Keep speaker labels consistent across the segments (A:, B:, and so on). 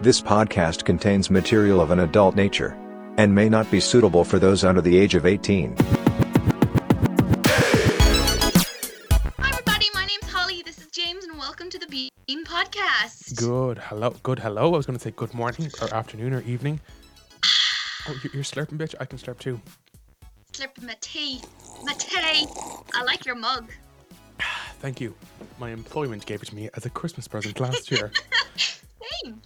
A: This podcast contains material of an adult nature and may not be suitable for those under the age of 18.
B: Hi, everybody. My name's Holly. This is James, and welcome to the Beam Podcast.
C: Good hello, good hello. I was going to say good morning or afternoon or evening. Oh, you're, you're slurping, bitch. I can slurp too.
B: Slurp my tea. My tea. I like your mug.
C: Thank you. My employment gave it to me as a Christmas present last year.
B: Same.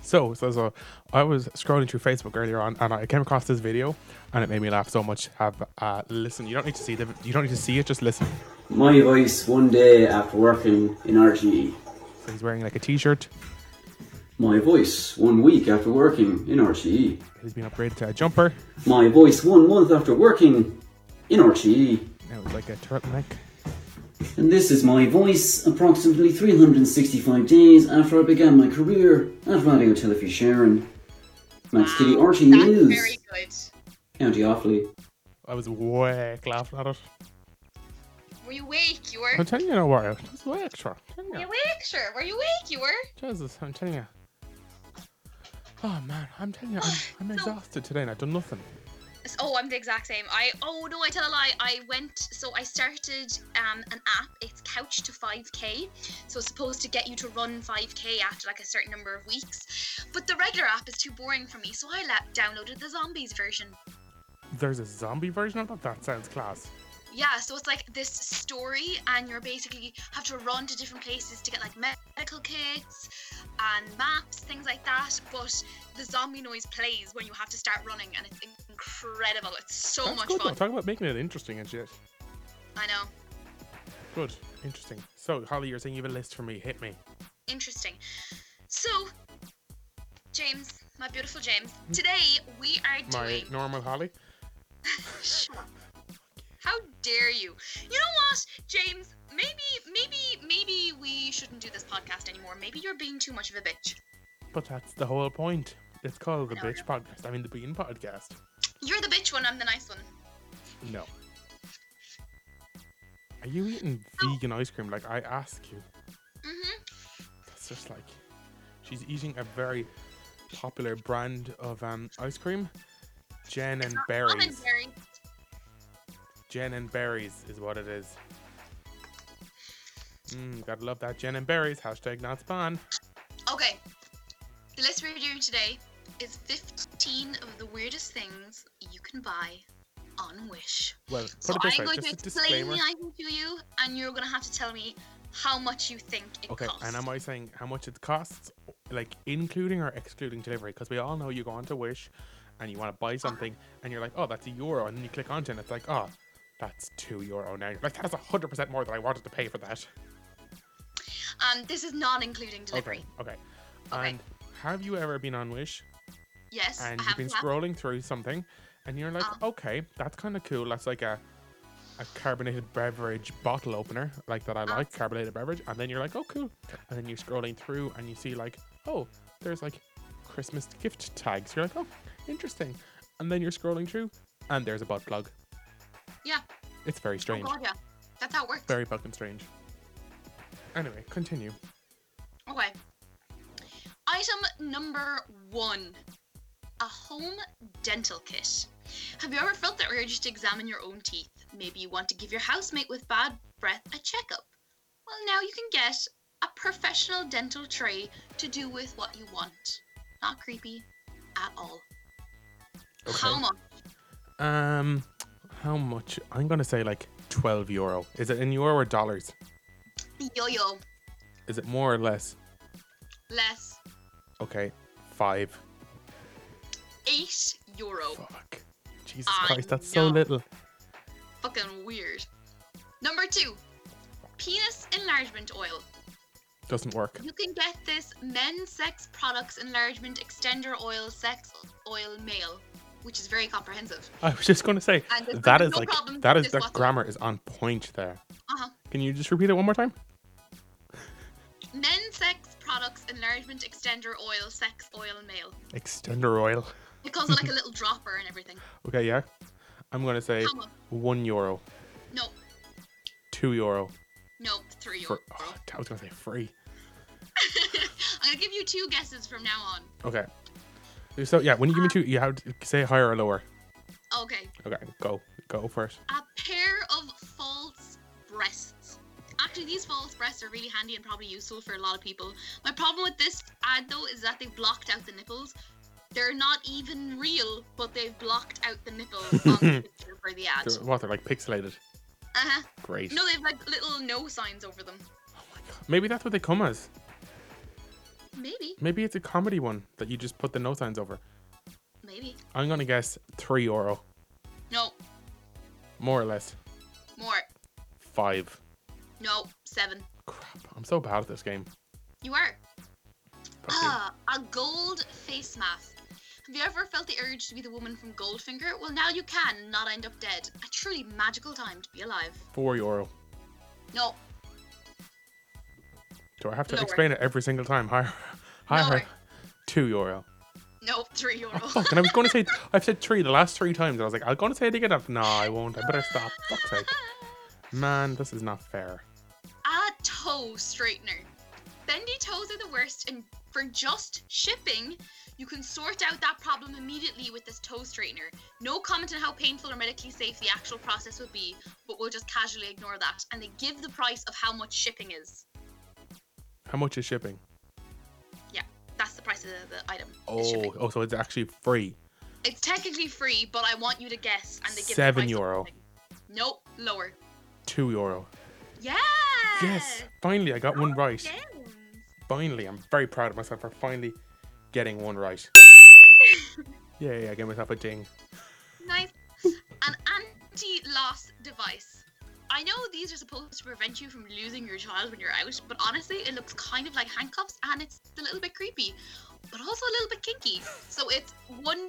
C: so, so, so, I was scrolling through Facebook earlier on, and I came across this video, and it made me laugh so much. Have uh, listen. You don't need to see the. You don't need to see it. Just listen.
D: My advice one day after working in RTE.
C: So he's wearing like a t-shirt.
D: My voice one week after working in RTE.
C: He's been upgraded to a jumper.
D: My voice one month after working in RTE.
C: Now it's like a turtleneck.
D: And this is my voice approximately 365 days after I began my career at Radio Telefi Sharon. Max Kitty RTE
B: That's
D: News.
B: very good.
D: County Offaly.
C: I was whack laughing at it.
B: Were you awake? You were.
C: I'm telling you, no worry. I was whack, sure. I'm telling
B: Were you
C: you.
B: awake? Sure. Were you awake? You were.
C: Jesus, I'm telling you. Oh man, I'm telling you, I'm, I'm
B: No.
C: exhausted today and I've done nothing.
B: S- Oh, I'm the exact same. I. Oh no, I tell a lie. I went. So I started um an app. It's Couch to 5K. So it's supposed to get you to run 5K after like a certain number of weeks. But the regular app is too boring for me, so I la- downloaded the zombies version.
C: There's a zombie version of that? That sounds class.
B: Yeah, so it's like this story, and you're basically have to run to different places to get like medical kits and maps, things like that. But the zombie noise plays when you have to start running, and it's incredible. It's so
C: That's
B: much
C: good
B: fun.
C: though. Talk about making it interesting and shit.
B: I know.
C: Good. Interesting. So, Holly, you're saying you have a list for me. Hit me.
B: Interesting. So, James, my beautiful James, today we are
C: Hmm. My
B: doing.
C: normal Holly.
B: How dare you? You know what, James? Maybe, maybe, maybe we shouldn't do this podcast anymore. Maybe you're being too much of a bitch.
C: But that's the whole point. It's called the
B: No,
C: Bitch Podcast. I mean, the Bean Podcast.
B: You're the bitch one. I'm the nice one.
C: No. Are you eating vegan ice cream like I ask you?
B: Mhm.
C: That's just like she's eating a very popular brand of um, ice cream. Jen and
B: Almond
C: berries.
B: berry.
C: Jen and berries is what it is. Mm, gotta love that Jen and berries. Hashtag not spawn.
B: Okay. The list we're doing today is 15 of the weirdest things you can buy on Wish.
C: Well, put
B: so
C: it this
B: I'm
C: way,
B: going to
C: just a
B: explain
C: disclaimer.
B: the item to you, and you're going to have to tell me how much you think it
C: Okay,
B: costs.
C: and am I saying how much it costs, like including or excluding delivery? Because we all know you go onto Wish and you want to buy something and you're like, oh, that's a euro. And then you click onto it and it's like, oh, that's two euro now. You're like, that's 100% more than I wanted to pay for that.
B: um, this is not including delivery.
C: Okay, okay.
B: Okay.
C: And have you ever been on Wish
B: Yes,
C: and
B: I
C: you've
B: have
C: been
B: to have-
C: scrolling through something and you're like,
B: Uh.
C: okay, that's kind of cool. That's like a a carbonated beverage bottle opener, like that I like, carbonated beverage. And then you're like, oh, cool. And then you're scrolling through and you see like, oh, there's like Christmas gift tags. You're like, oh, interesting. And then you're scrolling through and there's a butt plug.
B: Yeah.
C: It's very
B: Oh,
C: strange.
B: God, yeah. That's how it works.
C: very fucking strange. Anyway, continue.
B: Okay. Item number one a home dental kit. Have you ever felt the urge to examine your own teeth? Maybe you want to give your housemate with bad breath a checkup. Well, now you can get a professional dental tray to do with what you want. Not creepy at all.
C: Okay.
B: How much?
C: Um, how much? I'm gonna say like 12 euro. Is it in euro or dollars?
B: Yo yo.
C: Is it more or less?
B: Less.
C: Okay, five.
B: Eight euro.
C: Fuck. Jesus
B: I
C: Christ, that's so
B: know.
C: little.
B: Fucking weird. Number two. Penis enlargement oil.
C: Doesn't work.
B: You can get this men's sex products enlargement extender oil sex oil male, which is very comprehensive.
C: I was just gonna say
B: And there's gonna
C: that
B: be
C: is
B: no
C: like
B: problems
C: that
B: with
C: is
B: this
C: that
B: whatsoever.
C: grammar is on point there.
B: Uh-huh.
C: Can you just repeat it one more time?
B: Men's sex products enlargement extender oil sex oil male.
C: Extender oil.
B: It comes with like a little dropper and everything.
C: Okay, yeah. I'm gonna say
B: How much?
C: one euro,
B: No,
C: two euro
B: no, three
C: for.
B: euro.
C: Oh, I was gonna say free.
B: I'm gonna give you two guesses from now on.
C: Okay. So yeah, when you give
B: Uh,
C: me two, you have to say higher or lower.
B: Okay.
C: Okay, go, go first.
B: A pair of false breasts. Actually, these false breasts are really handy and probably useful for a lot of people. My problem with this ad though is that they've blocked out the nipples. They're not even real, but they've blocked out the nipples on the picture for the ad.
C: They're, what they're like pixelated.
B: Uh-huh.
C: Great.
B: No, they've like little no signs over them.
C: Maybe that's what they come as.
B: Maybe,
C: Maybe it's a comedy one that you just put the no signs over.
B: maybe.
C: I'm gonna guess three euro,
B: No,
C: more or less
B: more.
C: five.
B: No, seven.
C: Crap, I'm so bad at this game.
B: You are.
C: Fuck you.
B: Ah, a gold face mask. Have you ever felt the urge to be the woman from Goldfinger? Well, now you can and not end up dead. A truly magical time to be alive.
C: Four euro.
B: No,
C: Do I have to
B: Lower.
C: explain it every single time? Higher, higher.
B: Lower.
C: Two euro.
B: no, three euro.
C: Fuck, and I was going to say I've said three the last three times. and I was like, I'm going to say it again. No, I won't. I better stop. Fuck's sake, man, this is not fair.
B: a toe straightener. Bendy toes are the worst, and for just shipping, you can sort out that problem immediately with this toe straightener. No comment on how painful or medically safe the actual process would be, but we'll just casually ignore that. And they give the price of how much shipping is.
C: How much is shipping?
B: Yeah, that's the price of the, the item. is shipping.
C: Oh, oh, so it's actually free.
B: It's technically free, but I want you to guess. And they give
C: Seven
B: the price of
C: euro.
B: something. Nope, lower.
C: Two euro.
B: Yeah.
C: Yes, finally I got one
B: Oh,
C: right.
B: Yes.
C: Finally, I'm very proud of myself for finally getting one right. Yay! I gave myself a ding.
B: Nice. An anti-loss device. I know these are supposed to prevent you from losing your child when you're out, but honestly, it looks kind of like handcuffs and it's a little bit creepy, but also a little bit kinky. So it's one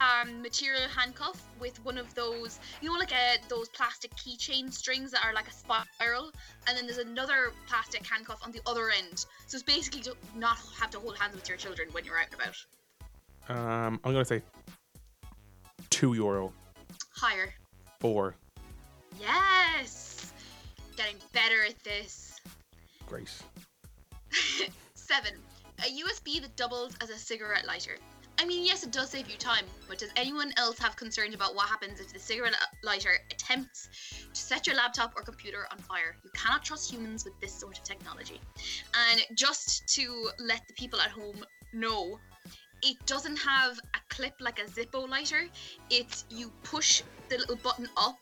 B: um, material handcuff with one of those, you know, like uh those plastic keychain strings that are like a spiral, and then there's another plastic handcuff on the other end. So it's basically to not have to hold hands with your children when you're out and about.
C: Um, I'm gonna say two euro.
B: Higher.
C: Four.
B: Yes! Getting better at this.
C: Great.
B: Seven, a USB that doubles as a cigarette lighter. I mean, yes, it does save you time, but does anyone else have concerns about what happens if the cigarette lighter attempts to set your laptop or computer on fire? You cannot trust humans with this sort of technology. And just to let the people at home know, it doesn't have a clip like a Zippo lighter. It's you push the little button up,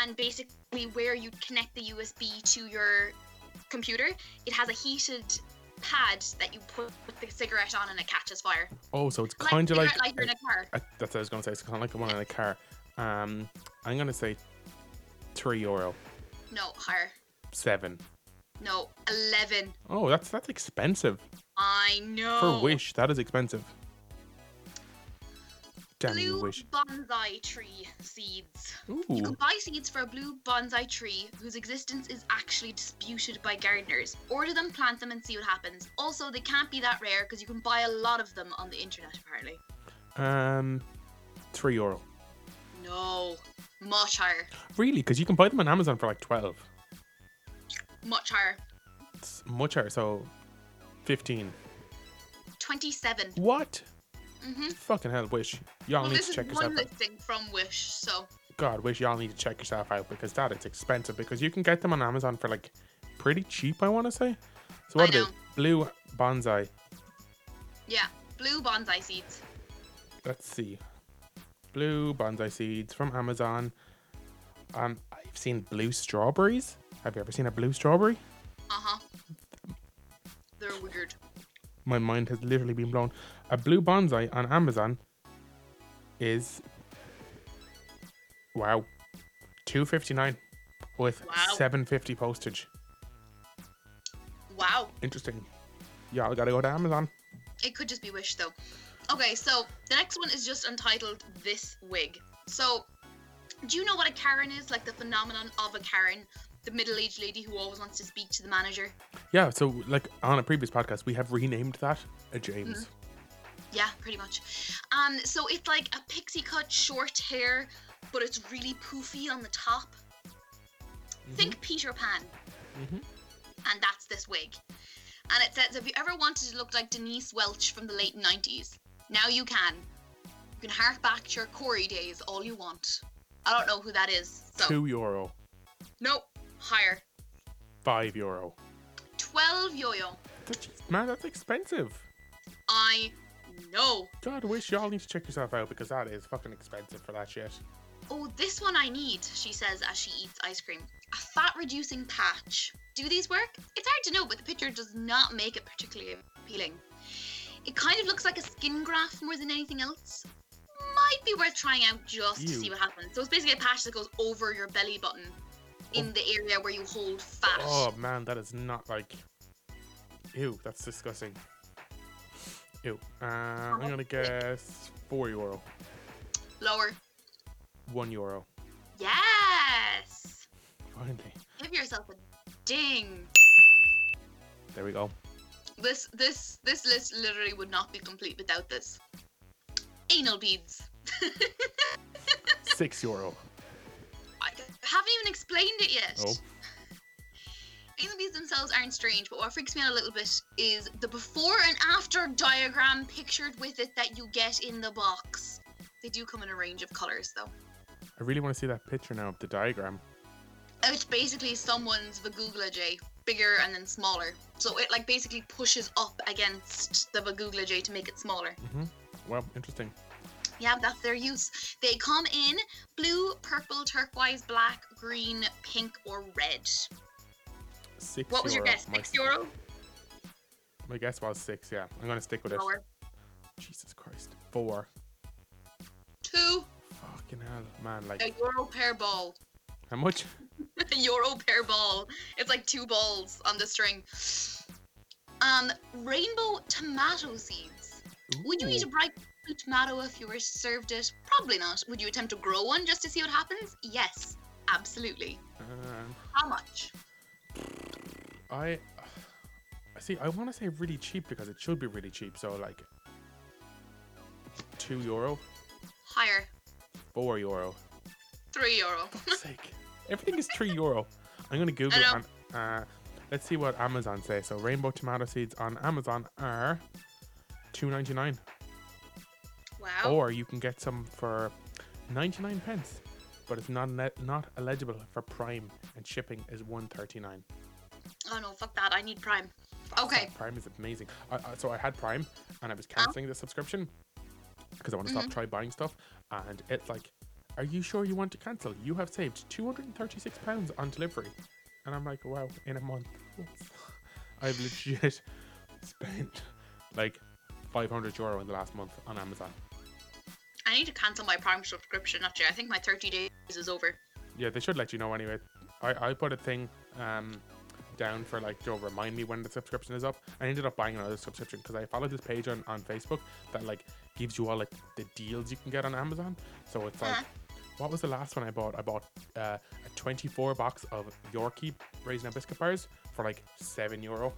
B: and basically where you connect the USB to your computer, it has a heated pad that you put the cigarette on and it catches fire.
C: Oh, so it's
B: Like
C: kind of
B: cigarette
C: like,
B: lighter in a car.
C: I, that's what I was gonna say. It's kind of like the one in the car. Um, I'm gonna say three euro,
B: No, higher.
C: seven.
B: No, eleven.
C: Oh, that's that's expensive
B: I know.
C: for Wish. That is expensive. Damn you,
B: Blue
C: Wish.
B: bonsai tree seeds. You can
C: Ooh,
B: buy seeds for a blue bonsai tree whose existence is actually disputed by gardeners. Order them, plant them, and see what happens. Also, they can't be that rare because you can buy a lot of them on the internet, apparently.
C: um, three euro.
B: No, much higher.
C: Really? Because you can buy them on Amazon for like twelve.
B: Much higher.
C: It's much higher. So, fifteen.
B: 27.
C: What?
B: Mm-hmm.
C: Fucking hell, Wish. Y'all
B: Well,
C: need
B: this
C: to
B: is
C: check yourself
B: one
C: out.
B: listing from Wish, so
C: God, Wish, y'all need to check yourself out because that is expensive. Because you can get them on Amazon for like pretty cheap, I want to say. So,
B: I
C: what are
B: know.
C: they? Blue bonsai.
B: yeah, blue bonsai seeds.
C: let's see. Blue bonsai seeds from Amazon. Um, I've seen blue strawberries. Have you ever seen a blue strawberry?
B: Uh huh. They're weird.
C: My mind has literally been blown. A blue bonsai on Amazon is wow, two fifty nine with
B: Wow.
C: seven fifty postage.
B: Wow.
C: Interesting. Y'all gotta go to Amazon.
B: It could just be Wish though. Okay, so the next one is just entitled This Wig. So, do you know what a Karen is? Like the phenomenon of a Karen, the middle aged lady who always wants to speak to the manager?
C: Yeah. So, like on a previous podcast, we have renamed that a James.
B: Mm-hmm. Yeah, pretty much. Um, so it's like a pixie cut short hair, but it's really poofy on the top. Think Peter Pan.
C: Mhm.
B: And that's this wig. And it says, "Have you ever wanted to look like Denise Welch from the late '90s? Now you can. You can hark back to your Corey days all you want. I don't know who that is. So
C: Two euro,
B: nope, higher.
C: five euro.
B: Twelve yo-yo.
C: That's, man, that's expensive.
B: I know.
C: God, I wish y'all need to check yourself out because that is fucking expensive for that shit.
B: Oh, this one I need, she says as she eats ice cream. A fat reducing patch. Do these work? It's hard to know, but the picture does not make it particularly appealing. It kind of looks like a skin graft more than anything else. Might be worth trying out just to
C: Ew.
B: see what happens. So it's basically a patch that goes over your belly button in the area where you hold fat.
C: Oh man, that is not like. Ew, that's disgusting. Ew. Uh, I'm gonna guess four euro,
B: Lower.
C: one euro.
B: Yes!
C: Finally,
B: Give yourself a ding.
C: there we go.
B: This this this list literally would not be complete without this. Anal beads.
C: Six euro.
B: I haven't even explained it yet.
C: Oh,
B: Anal beads themselves aren't strange, but what freaks me out a little bit is the before and after diagram pictured with it that you get in the box. They do come in a range of colors, though.
C: I really want to see that picture now of the diagram.
B: It's basically someone's Vagugla J, bigger and then smaller. So it like basically pushes up against the Vagugla J to make it smaller.
C: Well, interesting.
B: Yeah, that's their use. They come in blue, purple, turquoise, black, green, pink, or red.
C: Six.
B: What was your
C: euro.
B: guess?
C: My,
B: Six euro?
C: my guess was six. Yeah, I'm gonna stick with it.
B: Lower.
C: Jesus Christ, four.
B: Two.
C: Fucking hell, man.
B: A
C: Like
B: euro per ball.
C: how much?
B: a euro per ball. It's like two balls on the string. Um, rainbow tomato seeds. Would you eat a
C: Ooh.
B: bright blue tomato if you were served it? Probably not. Would you attempt to grow one just to see what happens? Yes, absolutely.
C: Um,
B: How much?
C: I see. I want to say really cheap because it should be really cheap. So like two euro,
B: Higher.
C: four euro.
B: Three euro.
C: Fuck's sake. Everything is three euro. I'm gonna
B: I
C: Google it. And, uh, let's see what Amazon says. So rainbow tomato seeds on Amazon are two ninety nine,
B: Wow.
C: or you can get some for ninety nine pence. But it's not ne- not eligible for Prime, and shipping is one thirty nine.
B: Oh no, fuck that. I need Prime. Okay.
C: Prime is amazing. I, I, so I had Prime, and I was canceling the subscription because I want to stop try buying stuff. And it's like, are you sure you want to cancel? You have saved two hundred and thirty six pounds on delivery, and I'm like, wow, in a month, I've legit spent like five hundred euro in the last month on Amazon.
B: I need to cancel my Prime subscription actually. I think my 30 days is over.
C: Yeah, they should let you know anyway. I, I put a thing um, down for like, Joe, remind me when the subscription is up. I ended up buying another subscription because I followed this page on, on Facebook that like gives you all like the deals you can get on Amazon. So it's like,
B: Uh-huh.
C: what was the last one I bought? I bought uh, a 24 box of Yorkie Raisin and Biscuit Bars for like 7 euro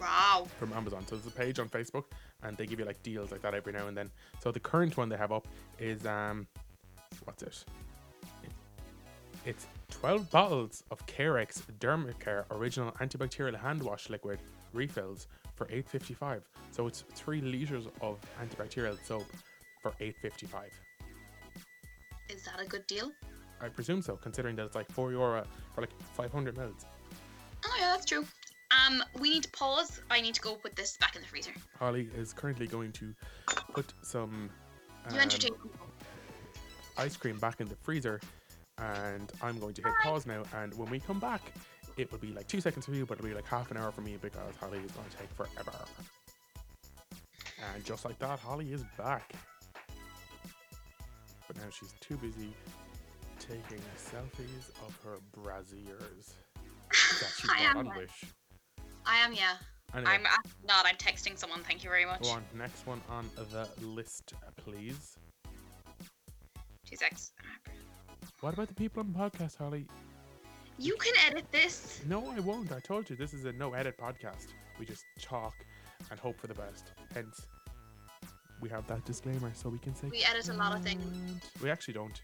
B: Wow.
C: from Amazon. So there's a page on Facebook and they give you like deals like that every now and then. So the current one they have up is um what's it? It's 12 bottles of Carex Dermacare original antibacterial hand wash liquid refills for 8.55. So it's 3 liters of antibacterial soap for 8.55.
B: Is that a good deal?
C: I presume so considering that it's like 4 euro for like 500 mils.
B: Oh yeah, that's true. Um, we need to pause. I need to go put this back in the freezer.
C: Holly is currently going to put some
B: You
C: um,
B: entertain people.
C: ice cream back in the freezer and I'm going to hit pause now and when we come back it will be like two seconds for you but it'll be like half an hour for me because Holly is going to take forever and just like that Holly is back but now she's too busy taking selfies of her brasiers that she
B: I
C: bought
B: am
C: on
B: one.
C: Wish
B: I am, yeah.
C: anyway
B: I'm actually not. I'm texting someone. Thank you very much.
C: go on next one on the list please
B: Two secs.
C: what about the people on the podcast Holly
B: You can edit this.
C: No, I won't. I told you this is a no edit podcast. We just talk and hope for the best. Hence, we have that disclaimer so we can say
B: We edit a lot of things.
C: "Cunt." We actually don't.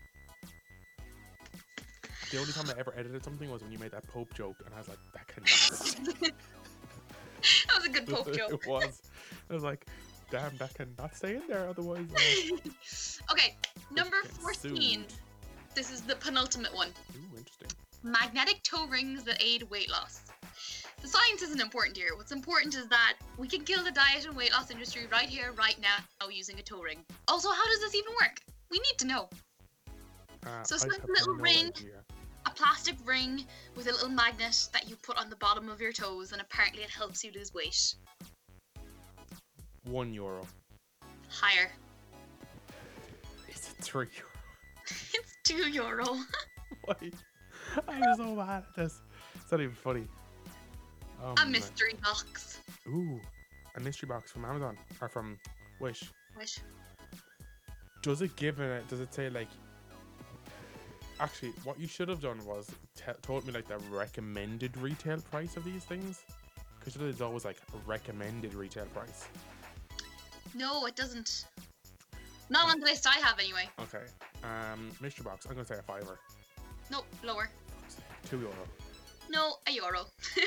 C: The only time I ever edited something was when you made that Pope joke, and I was like, that cannot.
B: was a good poke joke.
C: it was. I was like, damn, that cannot stay in there. Otherwise, uh,
B: okay, number
C: get
B: 14.
C: sued.
B: This is the penultimate one.
C: ooh, interesting.
B: magnetic toe rings that aid weight loss. The science isn't important here. What's important is that we can kill the diet and weight loss industry right here, right now, using a toe ring. Also, how does this even work? We need to know.
C: Uh,
B: So it's
C: I
B: like a
C: have
B: little
C: no
B: ring.
C: idea.
B: A plastic ring with a little magnet that you put on the bottom of your toes, and apparently it helps you lose weight.
C: One euro.
B: Higher.
C: It's a three euro.
B: It's two euro.
C: Oh Why? I'm so mad at this. It's not even funny. Oh,
B: A
C: my-
B: mystery box.
C: Ooh, a mystery box from Amazon or from Wish.
B: Wish.
C: Does it give it? Does it say like? Actually, what you should have done was te- told me like the recommended retail price of these things, because there's always like a recommended retail price.
B: No, it doesn't. Not on the list I have, anyway.
C: Okay. Um, mystery box. I'm gonna say a fiver.
B: Nope, lower.
C: Two euro.
B: No, a euro.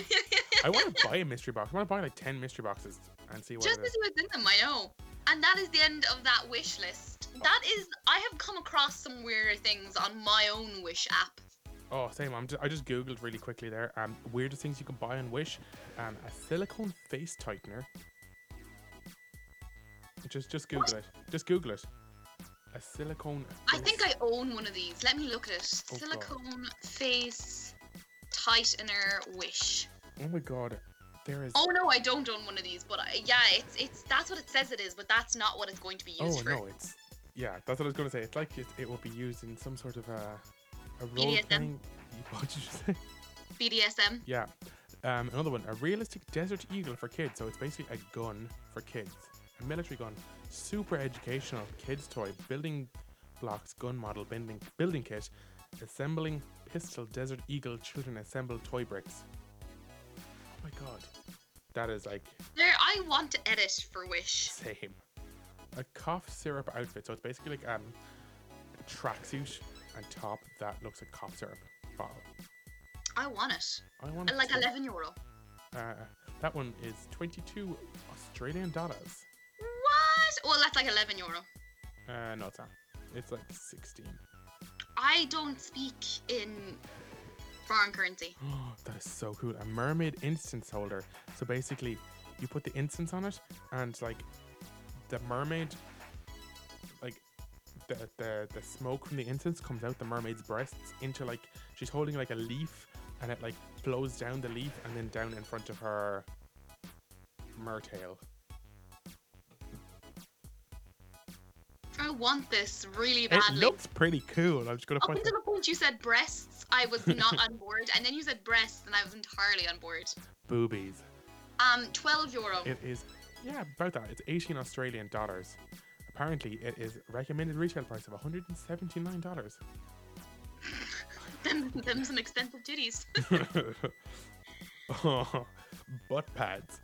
C: I want to buy a mystery box. I want to buy like ten mystery boxes and see what
B: Just
C: it
B: to
C: is.
B: see what's in them, I know. And that is the end of that wish list.
C: Oh.
B: That is, I have come across some weirder things on my own wish app.
C: Oh, same. I'm just, I just googled really quickly there. Um, weirdest things you can buy on Wish. Um, a silicone face tightener. Just just Google it. Just Google it. A silicone.
B: I think I own one of these. Let me look at it.
C: Oh, God.
B: Silicone face tightener wish.
C: Oh my god, there is.
B: Oh no, I don't own one of these. But I, yeah, it's it's that's what it says it is, but that's not what it's going to be used
C: Oh,
B: for.
C: no, it's. Yeah, that's what I was gonna say. It's like it, it will be used in some sort of a, a role
B: BDSM.
C: playing. What did you say?
B: BDSM.
C: Yeah. Um, another one, a realistic desert eagle for kids. So it's basically a gun for kids, a military gun, super educational kids toy, building blocks, gun model, building building kit, assembling pistol, desert eagle, children assemble toy bricks. Oh my god, that is like
B: There, I want to edit for wish.
C: same. A cough syrup outfit. So it's basically like um, a tracksuit and top that looks like cough syrup bottle.
B: I want it.
C: I want
B: At, Like
C: to-
B: eleven euro.
C: Uh, that one is 22 Australian dollars.
B: What? Well, that's like eleven euro.
C: Uh, no, it's not. It's like 16.
B: I don't speak in foreign currency.
C: Oh, that is so cool. A mermaid incense holder. So basically, you put the incense on it, and like the mermaid, like the, the, the smoke from the incense comes out the mermaid's breasts into like she's holding like a leaf, and it like flows down the leaf and then down in front of her mertail.
B: I want this really
C: It
B: badly.
C: looks pretty cool. I'm just gonna
B: Up
C: point.
B: until the point you said breasts, I was not on board, and then you said breasts, and I was entirely on board.
C: boobies.
B: Um, twelve euro.
C: It is, yeah, about that. It's 18 Australian dollars. Apparently, it is recommended retail price of 179 dollars.
B: Them, them some extensive titties.
C: oh, butt pads.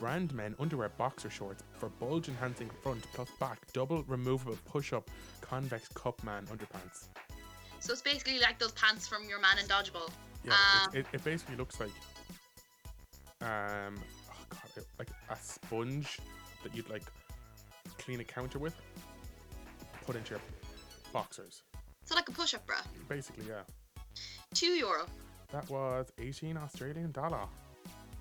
C: Brand men underwear boxer shorts for bulge enhancing front plus back double removable push up convex cup man underpants.
B: So it's basically like those pants from your man in dodgeball.
C: Yeah,
B: Ah.
C: it, it, it basically looks like um oh god, it, like a sponge that you'd like clean a counter with, put into your boxers.
B: So like a push-up bra.
C: Basically, yeah.
B: Two euro.
C: That was 18 Australian dollar.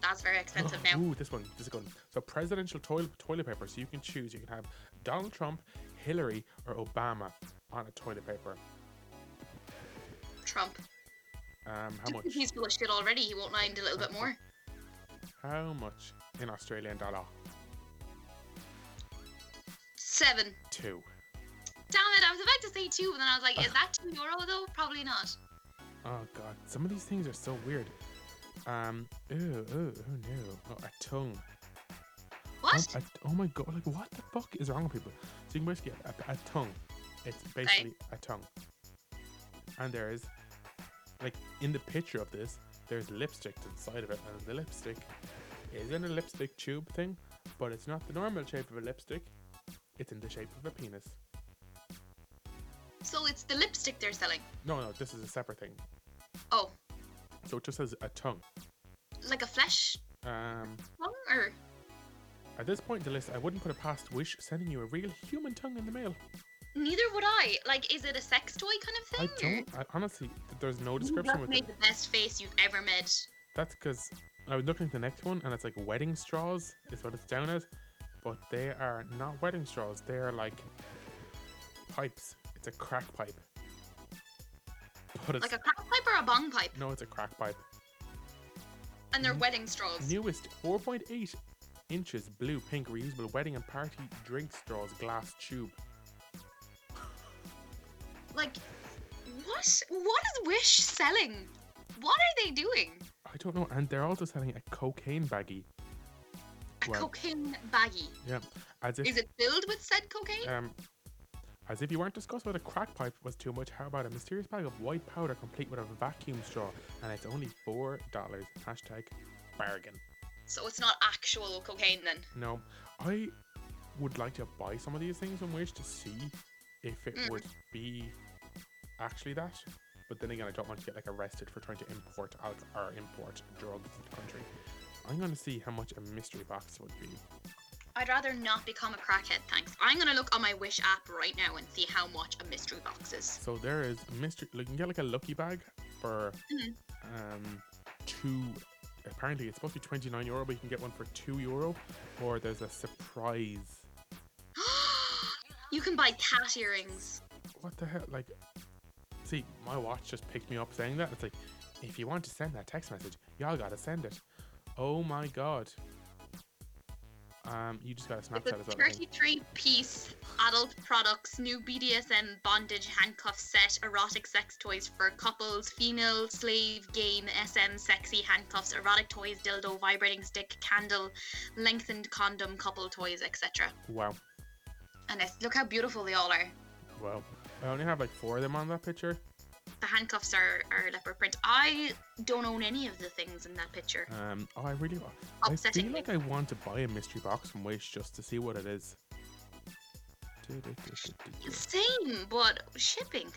B: That's very expensive now.
C: Ooh, this one, this is good. So presidential toilet toilet paper. So you can choose. You can have Donald Trump, Hillary, or Obama on a toilet paper.
B: Trump.
C: Um, how much?
B: He's full of shit already. He won't mind a little bit more.
C: How much in Australian dollar?
B: Seven.
C: Two.
B: Damn it! I was about to say two, but then I was like, is that two euro though? Probably not.
C: Oh god, some of these things are so weird. Um, ooh, ooh, oh no, oh, a tongue. Oh,
B: What?
C: a- oh my god, like what the fuck is wrong with people? So you can basically get a, a tongue. It's basically a tongue. And there is, like in the picture of this, there's lipstick to the side of it, and the lipstick is in a lipstick tube thing, but it's not the normal shape of a lipstick. It's in the shape of a penis.
B: So it's the lipstick they're selling.
C: No, no, this is a separate thing.
B: Oh,
C: So it just says a tongue.
B: like a flesh
C: Um,
B: Or
C: at this point in the list, I wouldn't put it past Wish sending you a real human tongue in the mail.
B: neither would I. Like, is it a sex toy kind
C: I
B: of thing?
C: don't. I, honestly, th- there's no
B: or- You
C: description
B: just
C: with it.
B: made the best face you've ever made.
C: That's because I was looking at the next one, and it's like wedding straws is what it's down as, but they are not wedding straws. They are like pipes. It's a crack pipe. But it's
B: Like a crack pipe or a bong pipe,
C: no, it's a crack pipe.
B: and they're
C: N-
B: wedding straws.
C: Newest 4.8 inches blue pink reusable wedding and party drink straws glass tube.
B: Like, what? What is Wish selling? What are they doing?
C: I don't know, and they're also selling a cocaine baggie.
B: A
C: Well-
B: cocaine baggie.
C: Yeah, as if
B: Is it filled with said cocaine?
C: Um, as if you weren't discussed whether crack pipe was too much, how about a mysterious bag of white powder complete with a vacuum straw, and it's only four dollars. Hashtag bargain.
B: So it's not actual cocaine then.
C: No, I would like to buy some of these things and wish to see if it
B: Mm.
C: would be actually that. But then again, I don't want to get like arrested for trying to import alcohol or import drugs into the country. I'm going to see how much a mystery box would be.
B: I'd rather not become a crackhead, thanks. I'm gonna look on my Wish app right now and see how much a mystery box is.
C: So there is mystery. You can get like a lucky bag for
B: Mhm.
C: um two. Apparently, it's supposed to be twenty nine euro, but you can get one for two euro. Or there's a surprise.
B: you can buy cat earrings.
C: What the hell? Like, see, my watch just picked me up saying that. It's like, if you want to send that text message, y'all gotta send it. Oh my god. Um, you just gotta
B: It's
C: Snapchat as
B: a
C: well. I think.
B: 33 piece adult products, new BDSM bondage handcuff set, erotic sex toys for couples, female slave game, SM sexy handcuffs, erotic toys, dildo, vibrating stick, candle, lengthened condom, couple toys, etc.
C: Wow.
B: And it's, look how beautiful they all are.
C: Wow. I only have like four of them on that picture.
B: The handcuffs are, are leopard print. I don't own any of the things in that picture.
C: Um, oh, I really. wa- I feel
B: Upsettingly.
C: like I want to buy a mystery box from Wish just to see what it is.
B: Same, but shipping.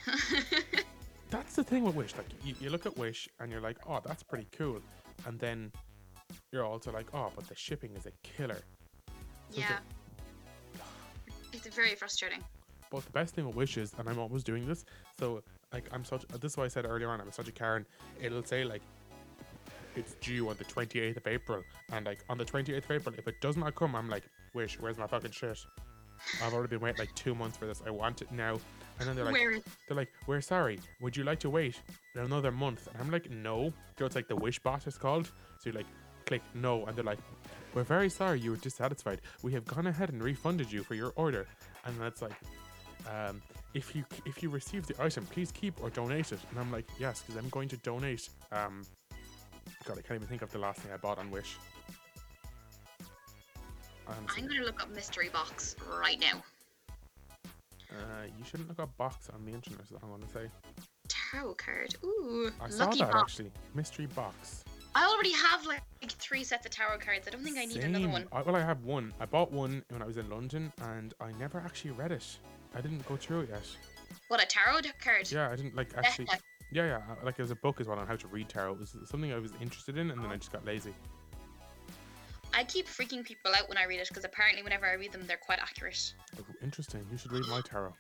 C: That's the thing with Wish. Like, you, you look at Wish and you're like, oh, that's pretty cool. And then you're also like, oh, but the shipping is a killer. So it's
B: yeah.
C: like-
B: It's very frustrating.
C: But the best thing with Wish is, and I'm always doing this, so, like, I'm such. This is why I said earlier on, I'm such a Karen. It'll say, like, it's due on the 28th of April. And, like, on the 28th of April, if it does not come, I'm like, Wish, where's my fucking shirt? I've already been waiting like two months for this. I want it now. And then they're like,
B: Where is
C: They're like, we're sorry. Would you like to wait another month? And I'm like, no. So it's like the wish bot is called. So you like click no, and they're like, we're very sorry you were dissatisfied. We have gone ahead and refunded you for your order. And that's like, um, if you if you receive the item, please keep or donate it. And I'm like, yes, because I'm going to donate. Um, God, I can't even think of the last thing I bought on Wish. Honestly.
B: I'm gonna look up mystery box right now.
C: Uh, you shouldn't look up box on the internet. is what I'm gonna say.
B: Tarot card. Ooh,
C: I saw
B: lucky
C: that
B: box.
C: actually. Mystery box.
B: I already have like three sets of tarot cards. I don't think I need another
C: Same.
B: one.
C: I, well, I have one. I bought one when I was in London, and I never actually read it. I didn't go through it yet.
B: What a tarot d- card.
C: Yeah, I didn't like actually. Yeah, yeah. I- Like it was a book as well on how to read tarot. It was something I was interested in, and then I just got lazy.
B: I keep freaking people out when I read it because apparently whenever I read them, they're quite accurate.
C: Oh, interesting. You should read my tarot.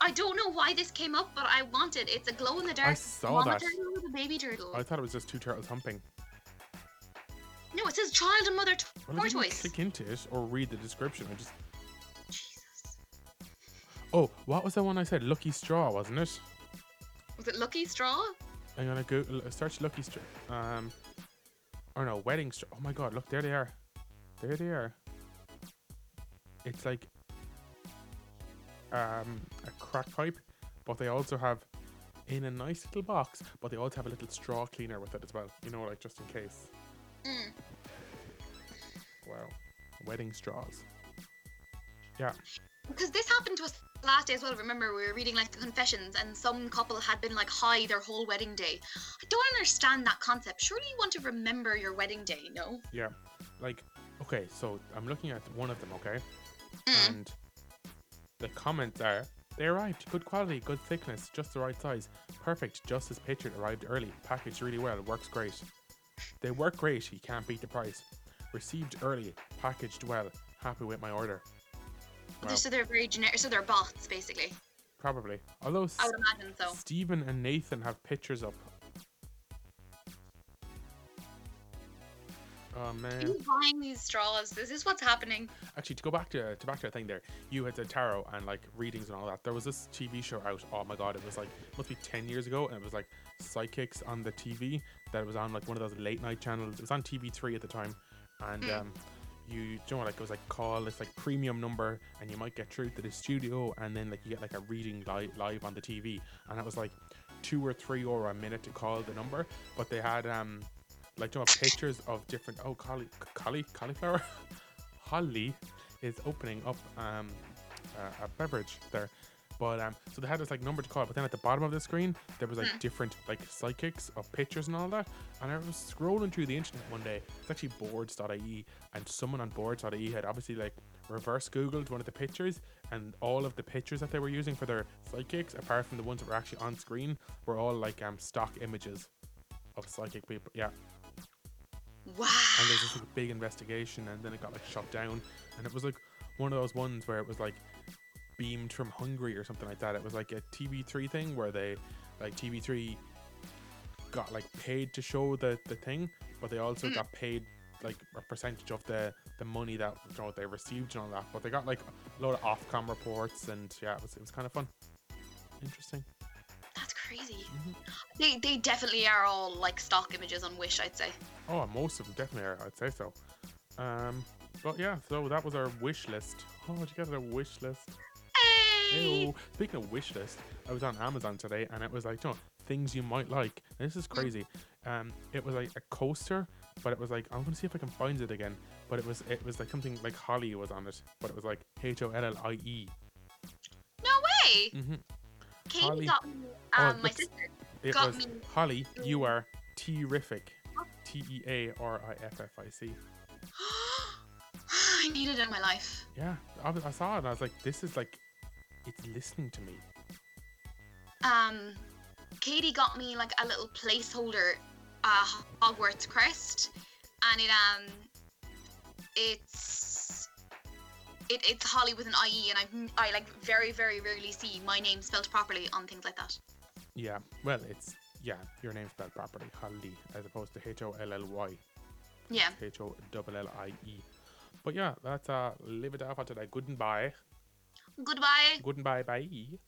B: I don't know why this came up, but I want it. It's a glow in the dark.
C: I saw that.
B: turtle with a baby turtle.
C: I thought it was just two turtles humping.
B: No, it says child and mother t-
C: Well, I didn't
B: tortoise.
C: click into it or read the description. I just.
B: Jesus.
C: Oh, what was the one I said? Lucky straw, wasn't it?
B: Was it Lucky Straw?
C: I'm gonna go search Lucky Straw. Um, or no, Wedding Straw. Oh my God! Look, there they are. There they are. It's like um a crack pipe, but they also have in a nice little box. But they also have a little straw cleaner with it as well. You know, like just in case.
B: Mm.
C: Wow, wedding straws. Yeah,
B: Because this happened to us last day as well. Remember, we were reading like the confessions, and some couple had been like high their whole wedding day. I don't understand that concept. Surely you want to remember your wedding day, no?
C: yeah. Like, okay, so I'm looking at one of them. Okay.
B: Mm.
C: and the comments are they arrived good quality good thickness just the right size perfect just as pictured arrived early packaged really well works great they work great you can't beat the price Received early, packaged well. Happy with my order. Wow,
B: They're- So they're very generic. So they're bots, basically.
C: probably. Although S-
B: I would imagine so.
C: Stephen and Nathan have pictures up. Oh man.
B: Who's buying these straws? This is what's happening.
C: actually to go back to to back to that thing there you had the tarot and like readings and all that there was this tv show out oh my god it was like must be 10 years ago and it was like psychics on the tv that was on like one of those late night channels it was on tv3 at the time and
B: Mm.
C: um you, you know like it was like call this like premium number and you might get through to the studio and then like you get like a reading li- live on the tv and it was like two or three or a minute to call the number but they had um like you know pictures of different oh collie collie cauliflower Holly is opening up um, a, a beverage there. But um, so they had this like number to call, but then at the bottom of the screen there was like different like psychics of pictures and all that. And I was scrolling through the internet one day. It's actually boards.ie, E, and someone on boards.ie E had obviously like reverse googled one of the pictures, and all of the pictures that they were using for their psychics, apart from the ones that were actually on screen, were all like um stock images of psychic people. Yeah,
B: Wow.
C: and there's this like, big investigation and then it got like shut down and it was like one of those ones where it was like beamed from Hungary or something like that it was like a TV3 thing where they like TV3 got like paid to show the the thing but they also got paid like a percentage of the the money that you know, they received and all that but they got like a load of Ofcom reports and yeah it was, it was kind of fun interesting
B: That's crazy.
C: Mhm.
B: They they definitely are all like stock images on Wish, I'd say.
C: Oh, most of them definitely are. I'd say so. Um, but yeah, so that was our wish list. Oh, did you get a wish list?
B: Hey!
C: Ew. Speaking of wish list, I was on Amazon today and it was like, you know, things you might like. And this is crazy. Um, it was like a coaster, but it was like I'm gonna see if I can find it again. But it was it was like something like Holly was on it, but it was like H O L L I E.
B: No way!
C: Mm-hmm.
B: Katie
C: Holly-
B: got me,
C: Oh,
B: um, my
C: it's-
B: sister.
C: It
B: Got me.
C: was Holly. You are terrific. T E A R I F F I C.
B: I need it in my life.
C: Yeah, I, was- I saw it and I was like, this is like, it's listening to me.
B: Um, Katie got me like a little placeholder uh, Hogwarts crest, and it um, it's it, it's Holly with an IE, and I've n- I like very very rarely see my name spelled properly on things like that.
C: Yeah, well, it's, yeah, your name's spelled properly, Holly, as opposed to H O L L Y,
B: Yeah.
C: H O L L I E. But yeah, that's uh, live it up for today. Goodbye.
B: Goodbye.
C: Goodbye, bye.